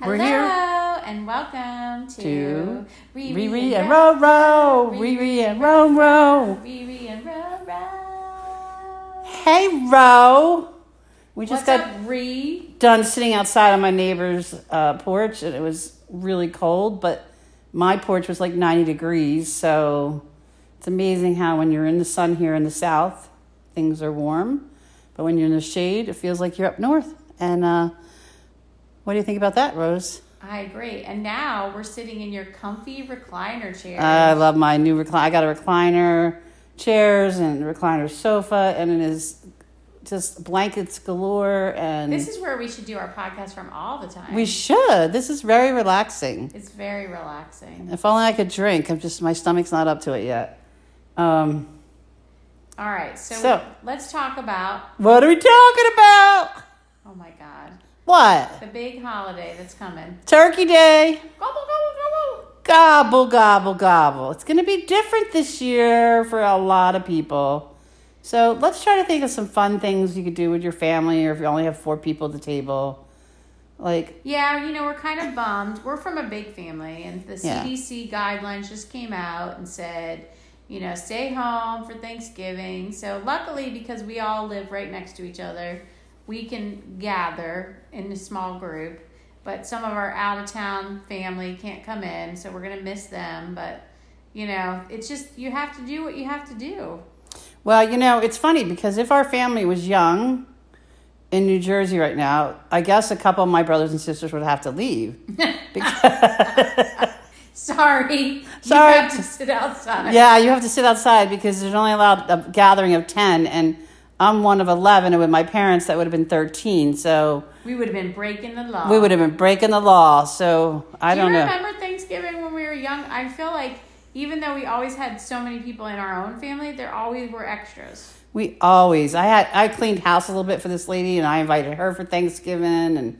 We're Hello here. and welcome to, To Riri, Riri and Ro Ro. Riri and Ro Ro. Riri and Ro Ro. Hey Ro. We just What's got up, Ree? done sitting outside on my neighbor's uh, porch and it was really cold, but my porch was like 90 degrees. So it's amazing how when you're in the sun here in the south, things are warm. But when you're in the shade, it feels like you're up north. And uh, what do you think about that, Rose? I agree. And now we're sitting in your comfy recliner chair. I love my new recliner. I got a recliner chairs and recliner sofa, and it is just blankets galore. And this is where we should do our podcast from all the time. we should. This is very relaxing. it's very relaxing. If only I could drink. I'm just my stomach's not up to it yet. Um, All right, so, So- let's talk about what are we talking about? oh my god, What the big holiday that's coming. Turkey Day? Gobble gobble gobble. Gobble gobble gobble. It's going to be different this year for a lot of people. So let's try to think of some fun things you could do with your family, or if you only have four people at the table, like Yeah, you know, we're kind of bummed. We're from a big family, and the Yeah. CDC guidelines just came out and said, you know, stay home for Thanksgiving. So, luckily, because we all live right next to each other, we can gather in a small group. But some of our out of town family can't come in, so we're going to miss them. But, you know, it's just, you have to do what you have to do. Well, you know, it's funny because if our family was young in New Jersey right now, I guess a couple of my brothers and sisters would have to leave. Sorry. Sorry. You have to sit outside. yeah, you have to sit outside because there's only allowed a gathering of 10, and I'm one of 11, and with my parents, that would have been 13. So We would have been breaking the law. we would have been breaking the law. So I Do don't you know. remember Thanksgiving when we were young? I feel like even though we always had so many people in our own family, there always were extras. We always. I had I cleaned house a little bit for this lady, and I invited her for Thanksgiving, and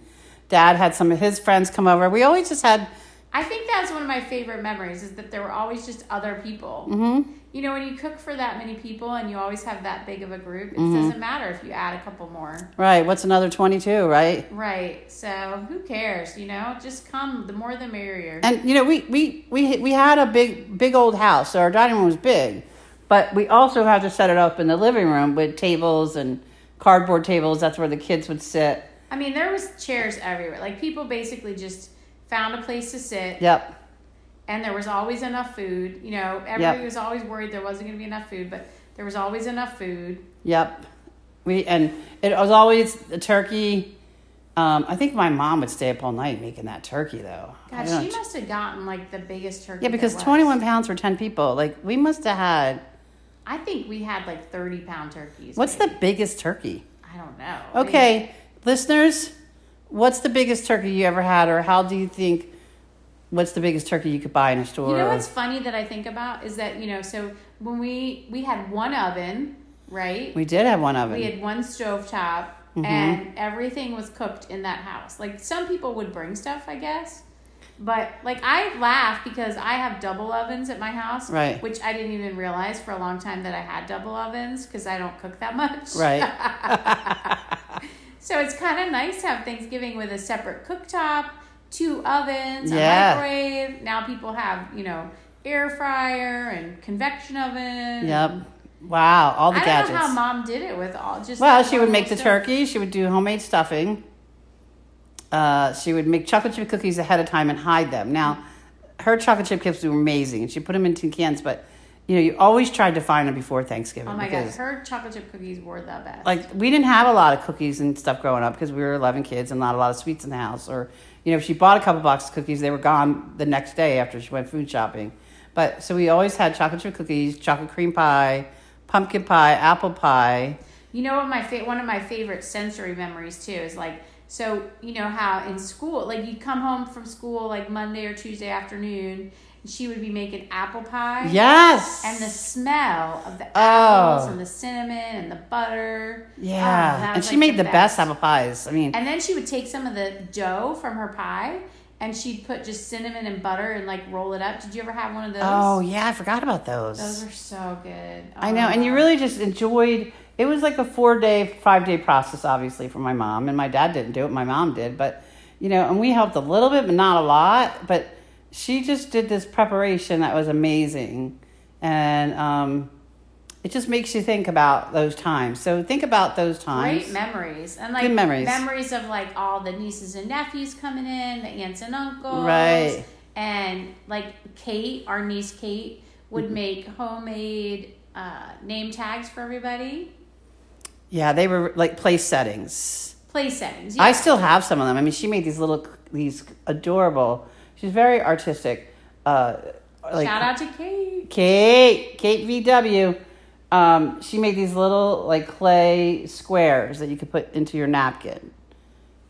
Dad had some of his friends come over. We always just had I think that's one of my favorite memories is that there were always just other people. Mm-hmm. You know, when you cook for that many people and you always have that big of a group, it Mm-hmm. doesn't matter if you add a couple more. right. What's another twenty two? Right. Right. So who cares? You know, just come. The more the merrier. And you know, we we we we had a big big old house, so our dining room was big, but we also had to set it up in the living room with tables and cardboard tables. That's where the kids would sit. I mean, there was chairs everywhere. Like people basically just found a place to sit. Yep. and there was always enough food. You know, everybody was always worried there wasn't going to be enough food, but there was always enough food. Yep. We and it was always the turkey. Um, I think my mom would stay up all night making that turkey though. I God, don't- she must have gotten like the biggest turkey. yeah, because there was. twenty one pounds for ten people. Like we must have had. I think we had like thirty pound turkeys. What's maybe. the biggest turkey? I don't know. Okay, listeners, what's the biggest turkey you ever had, or how do you think? What's the biggest turkey you could buy in a store? You know what's funny that I think about is that you know so when we we had one oven, right? we did have one oven. We had one stovetop. top, Mm-hmm. And everything was cooked in that house. Like some people would bring stuff, I guess, but like I laugh because I have double ovens at my house, Right. Which I didn't even realize for a long time that I had double ovens because I don't cook that much, right, So it's kind of nice to have Thanksgiving with a separate cooktop, two ovens, Yeah. a microwave. Now people have you know air fryer and convection oven. yep. Wow, all the I don't gadgets. know how mom did it with all just. well, like, she would normal make the stuff. turkey. She would do homemade stuffing. Uh, she would make chocolate chip cookies ahead of time and hide them. Now, her chocolate chip cookies were amazing, and she put them in tin cans. But you know, you always tried to find them before Thanksgiving. Oh my god, because her chocolate chip cookies were the best. like we didn't have a lot of cookies and stuff growing up because we were 11 kids and not a lot of sweets in the house or you know if she bought a couple boxes of cookies they were gone the next day after she went food shopping but so we always had chocolate chip cookies chocolate cream pie pumpkin pie apple pie you know what my fa- one of my favorite sensory memories too is like so you know how in school like you'd come home from school like Monday or Tuesday afternoon and she would be making apple pie. yes And the smell of the Oh. apples and the cinnamon and the butter. Oh, that yeah and was, she like, made the best. apple pies i mean And then she would take some of the dough from her pie and she'd put just cinnamon and butter and like roll it up. Did you ever have one of those? oh yeah i forgot about Those are so good. Oh I my know, and you God. really just enjoyed. It was like a four day, five day process, obviously, for my mom, and my dad didn't do it. My mom did, but you know, and we helped a little bit, but not a lot. But she just did this preparation that was amazing. And um, it just makes you think about those times. So think about those times. Great memories and like Good memories. of like all the nieces and nephews coming in, the aunts and uncles, Right. And like Kate, our niece Kate, would Mm-hmm. make homemade uh, name tags for everybody, Yeah, they were like place settings. play settings. I yeah. still have some of them. I mean, she made these little, these adorable. She's very artistic. Uh, like Shout out to Kate. Kate, Kate VW. Um, she made these little like clay squares that you could put into your napkin.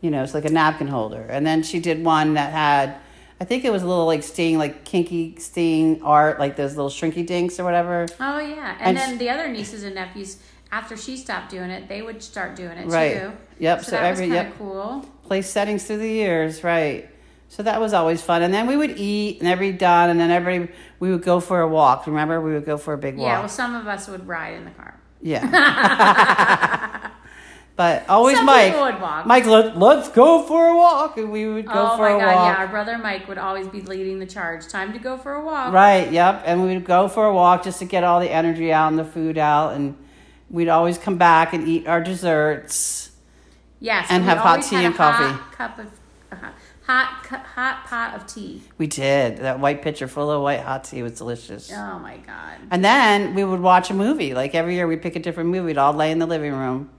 You know, it's like a napkin holder. And then she did one that had, I think it was a little like sting, like kinky sting art, like those little shrinky dinks or whatever. Oh yeah, and, And s- then the other nieces and nephews. After she stopped doing it, they would start doing it Right. too. Yep, So, so that every- was kind of yep. cool. Place settings through the years, right? So that was always fun. And then we would eat and everybody done, and then everybody we would go for a walk. Remember, we would go for a big Yeah. walk. Well, some of us would ride in the car. Yeah. but always Some Mike. people would walk. Mike, let, let's go for a walk. And we would go oh for my a god! Yeah, walk. our brother Mike would always be leading the charge. Time to go for a walk. Right, yep. And we would go for a walk just to get all the energy out and the food out. And we'd always come back and eat our desserts. Yes, And we have hot always tea had a and coffee. Hot cup of uh, hot cu- hot pot of tea. We did. That white pitcher full of white hot tea was delicious. Oh my god! And then we would watch a movie. Like every year, we'd pick a different movie. We'd all lay in the living room,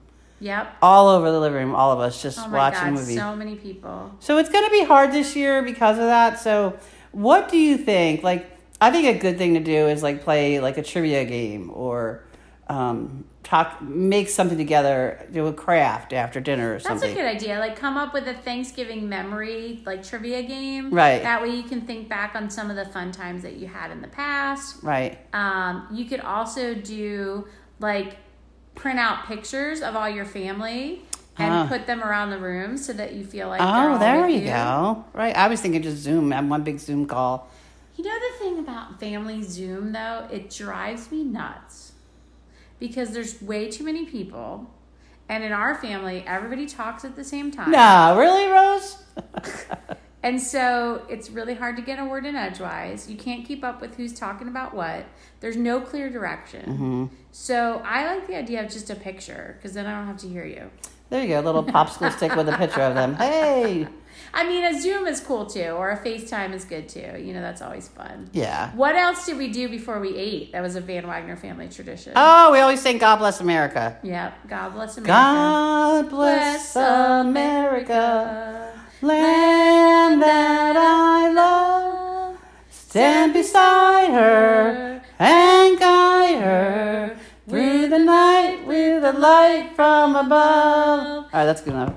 Yep. all over the living room, all of us just Oh my watching a god! movie. So many people. So it's going to be hard this year because of that. So what do you think? Like, I think a good thing to do is like play like a trivia game or um, talk, make something together, do a craft after dinner or That's something. a good idea. Like, come up with a Thanksgiving memory, like trivia game. Right. That way you can think back on some of the fun times that you had in the past. Right. Um, you could also do like print out pictures of all your family and Ah. put them around the room so that you feel like. they're Oh, all there with you go. Right. I was thinking just Zoom. I'm one big Zoom call. You know the thing about family Zoom though, it drives me nuts because there's way too many people, and in our family, everybody talks at the same time. No, really, Rose? And so it's really hard to get a word in edgewise. You can't keep up with who's talking about what. There's no clear direction. Mm-hmm. So I like the idea of just a picture because then I don't have to hear you. There you go. A little popsicle stick with a picture of them. Hey. I mean, a Zoom is cool too, or a FaceTime is good too. You know, that's always fun. Yeah. What else did we do before we ate? That was a Van Wagner family tradition. Oh, we always sing God Bless America. Yep. God bless America. God bless America, land that I love. Stand beside her and guide her through the night with the light from above. All right, that's good enough.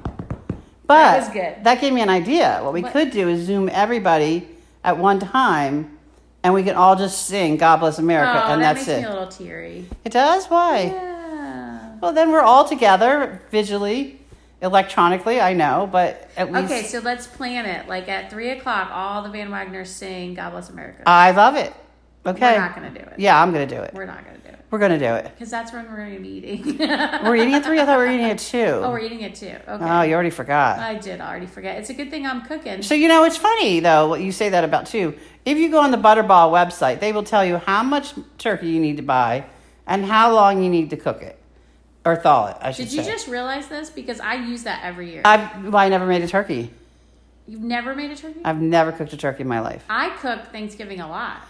But That was good. that gave me an idea. What we What? could do is zoom everybody at one time, and we can all just sing "God Bless Oh, America," and that that's makes it. me a little teary. it does. Why? Yeah. Well, then we're all together visually, electronically. I know, but at least Okay, so let's plan it. Like at three o'clock, all the Van Wagners sing "God Bless America." I love it. Uh, Okay. We're not gonna do it. yeah, I'm gonna do it. We're not gonna do it We're gonna do it. because that's when we're gonna be eating. We're eating at three. I thought we were eating at two. oh, we're eating it too. Okay, Oh, you already forgot. I did already forget. It's a good thing I'm cooking. So you know it's funny though what you say that about too. If you go on the Butterball website, they will tell you how much turkey you need to buy and how long you need to cook it or thaw it. I should Did you say. just realize this? Because I use that every year. I've well, I never made a turkey. You've never made a turkey. I've never cooked a turkey in my life. I cook Thanksgiving a lot,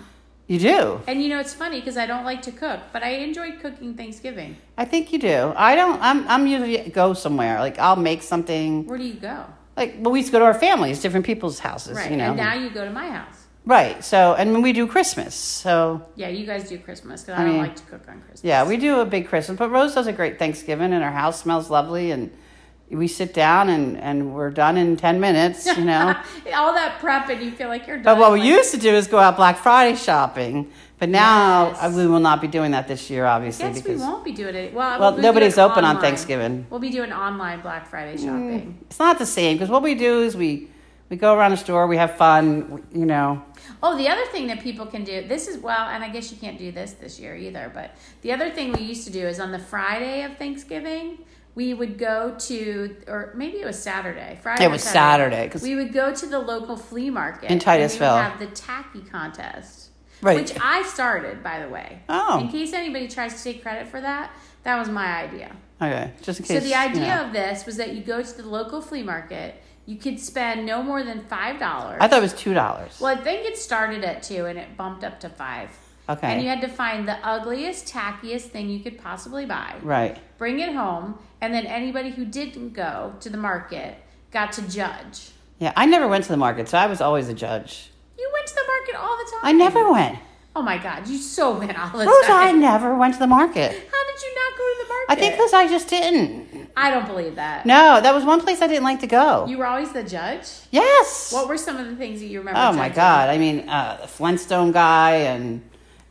You do. and you know it's funny because I don't like to cook, but I enjoy cooking Thanksgiving. I think you do. I don't. I'm. I'm usually go somewhere. Like I'll make something. Where do you go? Like well, we used to go to our families, different people's houses. Right, You know. and now you go to my house. right. So and we do Christmas. So Yeah, you guys do Christmas because I I, don't mean, like to cook on Christmas. yeah, we do a big Christmas. But Rose does a great Thanksgiving, and our house smells lovely, and we sit down and and we're done in ten minutes. You know. all that prep and you feel like you're done. But what we like, used to do is go out Black Friday shopping, but now Yes. uh, we will not be doing that this year, I obviously. guess we won't be doing it. Well, Well, we'll be nobody's doing open on online. Thanksgiving. Mm. We'll be doing online Black Friday shopping. It's not the same because what we do is we we go around the store, we have fun, we- you know. Oh, the other thing that people can do this is well, and I guess you can't do this this year either. But the other thing we used to do is on the Friday of Thanksgiving, we would go to, or maybe it was Saturday, Friday. It or was Saturday because We would go to the local flea market In Titusville. And we would have the tacky contest, Right. Which I started, by the way. Oh. In case anybody tries to take credit for that, that was my idea. okay, just in So case. the idea you know. of this was that you go to the local flea market. You could spend no more than five dollars. I thought it was two dollars. Well, I think it started at two and it bumped up to five. Okay. And you had to find the ugliest, tackiest thing you could possibly buy, Right. bring it home, and then anybody who didn't go to the market got to judge. Yeah, I never went to the market, so I was always a judge. You went to the market all the time. I never went. Oh my God, you so went all the Rose, I time. never went to the market. How did you not go to the market? I think because I just didn't. I don't believe that. No, that was one place I didn't like to go. You were always the judge. yes. What were some of the things that you remember? oh my judging? god! I mean, uh, the Flintstone guy and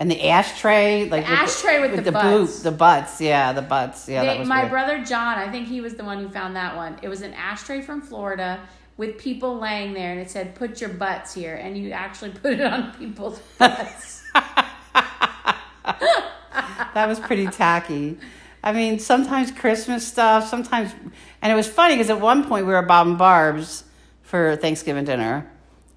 and the ashtray, like with ashtray with the butts. boot- the butts. Yeah, the butts. Yeah, that They- was my weird. brother John, I think he was the one who found that one. It was an ashtray from Florida with people laying there, and it said, "Put your butts here," and you actually put it on people's butts. that was pretty tacky. I mean, sometimes Christmas stuff, sometimes, and it was funny because at one point we were bobbing barbs for Thanksgiving dinner,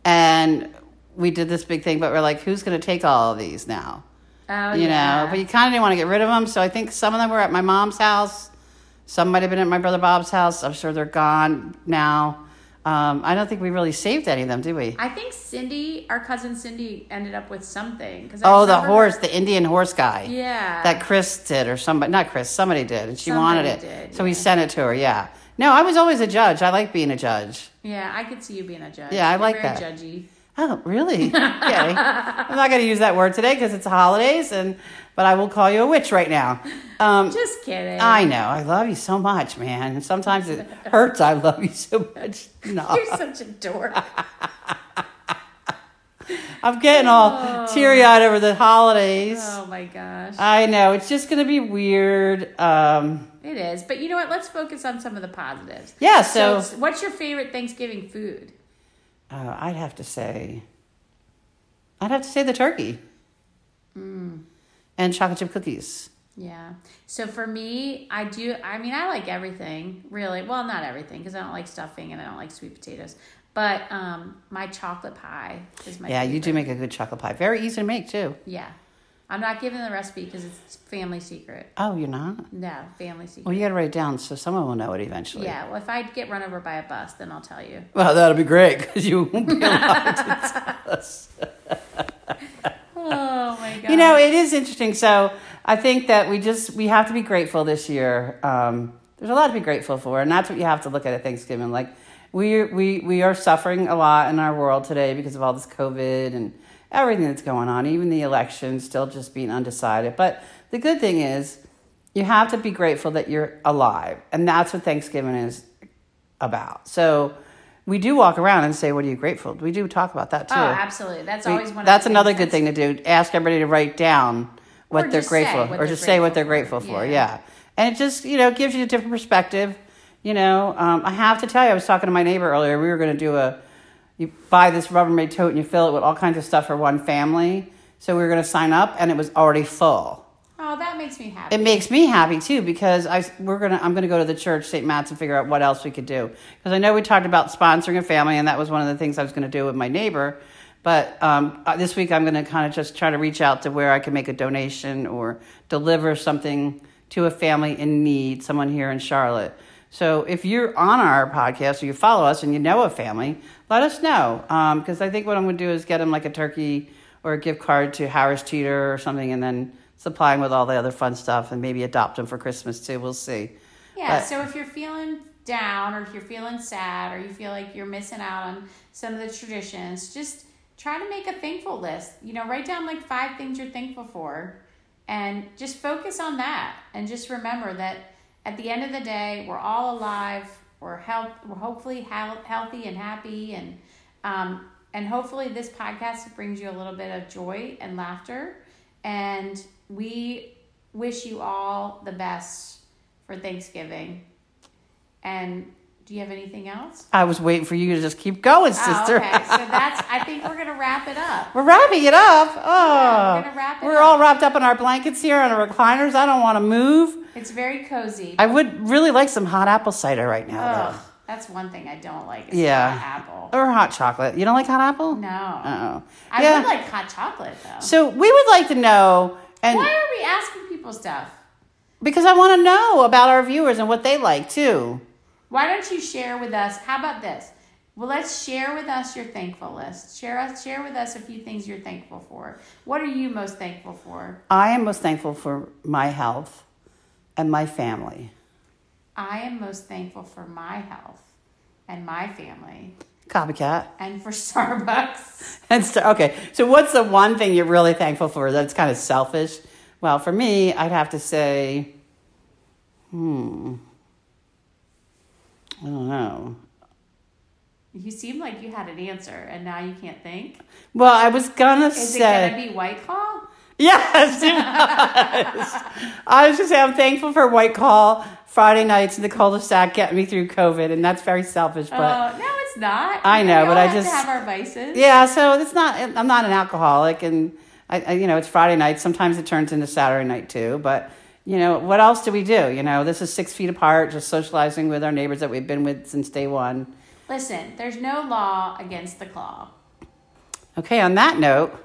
and we did this big thing, but we're like, who's going to take all of these now? oh, you yeah. know, but you kind of didn't want to get rid of them. So I think some of them were at my mom's house. Some might have been at my brother Bob's house. I'm sure they're gone now. Um, I don't think we really saved any of them, did we? I think Cindy, our cousin Cindy, ended up with something. 'cause I Oh, the remember- horse, the Indian horse guy. Yeah. that Chris did, or somebody, not Chris, somebody did, and she wanted it. Somebody did, so we yeah. sent it to her, yeah. No, I was always a judge. I like being a judge. yeah, I could see you being a judge. Yeah, I You're like very that. Judgy. Oh, really? Okay. I'm not going to use that word today because it's the holidays, and but I will call you a witch right now. Um, Just kidding. I know. I love you so much, man. And sometimes it hurts. I love you so much. No, You're such a dork. I'm getting all teary eyed over the holidays. Oh my gosh. I know. It's just going to be weird. Um, It is. But you know what? Let's focus on some of the positives. yeah, So, so it's- what's your favorite Thanksgiving food? Uh, I'd have to say, I'd have to say the turkey Hmm. and chocolate chip cookies. Yeah. So for me, I do. I mean, I like everything, really. Well, not everything, because I don't like stuffing and I don't like sweet potatoes. But um, my chocolate pie is my. yeah, you do favorite. make a good chocolate pie. Very easy to make too. Yeah, I'm not giving the recipe because it's family secret. Oh, you're not. No, family secret. Well, you got to write it down so someone will know it eventually. yeah. Well, if I get run over by a bus, then I'll tell you. Well, that'll be great because you won't be allowed to tell us. Oh my god. You know, it is interesting. So I think that we just we have to be grateful this year. Um, there's a lot to be grateful for, and that's what you have to look at at Thanksgiving. Like we we we are suffering a lot in our world today because of all this COVID and everything that's going on. Even the election still just being undecided. But the good thing is, you have to be grateful that you're alive, and that's what Thanksgiving is about. So. We do walk around and say, "What are you grateful?" We do talk about that too. Oh, absolutely. That's We- always one. that's of the another things good thing to do. Ask everybody to write down what Or they're just say grateful, what or they're just say what they're grateful grateful for. for. Yeah. Yeah. and it just you know gives you a different perspective. You know, um, I have to tell you, I was talking to my neighbor earlier. We were going to do a you buy this Rubbermaid tote and you fill it with all kinds of stuff for one family. So we were going to sign up, and it was already full. Oh, that makes me happy. It makes me happy too because I we're gonna I'm gonna go to the church St. Matt's and figure out what else we could do because I know we talked about sponsoring a family and that was one of the things I was gonna do with my neighbor, but um, uh, this week I'm gonna kind of just try to reach out to where I can make a donation or deliver something to a family in need, someone here in Charlotte. So if you're on our podcast or you follow us and you know a family, let us know because I think what I'm gonna do is get them like a turkey or a gift card to Harris Teeter or something and then supply him with all the other fun stuff and maybe adopt him for Christmas too. We'll see. Yeah, But- so if you're feeling down or if you're feeling sad or you feel like you're missing out on some of the traditions, just try to make a thankful list. You know, write down like five things you're thankful for and just focus on that and just remember that at the end of the day, we're all alive, we're help we're hopefully hel- healthy and happy and um and hopefully this podcast brings you a little bit of joy and laughter and we wish you all the best for Thanksgiving. And Do you have anything else? I was waiting for you to just keep going, sister. Oh, okay. So that's. I think we're gonna wrap it up. We're wrapping it up. Oh, we're gonna wrap it we're all wrapped up in our blankets here on our recliners. I don't want to move. It's very cozy. I would really like some hot apple cider right now, Ugh, that's one thing I don't like. Is Yeah. hot apple. though, or hot chocolate. You don't like hot apple? No. Oh, I would like hot chocolate though. So we would like to know, and Why are we asking people stuff? because I want to know about our viewers and what they like too. Why don't you share with us? How about this? Well, let's share with us your thankful list. Share us, share with us a few things you're thankful for. What are you most thankful for? I am most thankful for my health and my family. I am most thankful for my health and my family Copycat. and for Starbucks. And so, okay, so what's the one thing you're really thankful for that's kind of selfish? Well, for me, I'd have to say, hmm, I don't know. You seem like you had an answer and now you can't think. Well, I was gonna Is say, it going to be White Claw? yes, it was. I was just say I'm thankful for White Call Friday nights in the cul-de-sac getting me through COVID, and that's very selfish, but. Uh, no, it's not. I know, we but all I have just- to have our vices. Yeah, so it's not. I'm not an alcoholic, and I, I, you know, it's Friday night. Sometimes it turns into Saturday night too. But you know, what else do we do? You know, this is six feet apart, just socializing with our neighbors that we've been with since day one. Listen, there's no law against the claw. Okay. On that note,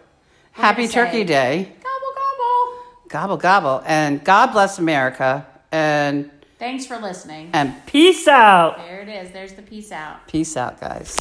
happy gonna say- Turkey Day. Gobble, gobble. Gobble gobble, and God bless America, and Thanks for listening. and peace out. There it is. There's the peace out. Peace out, guys.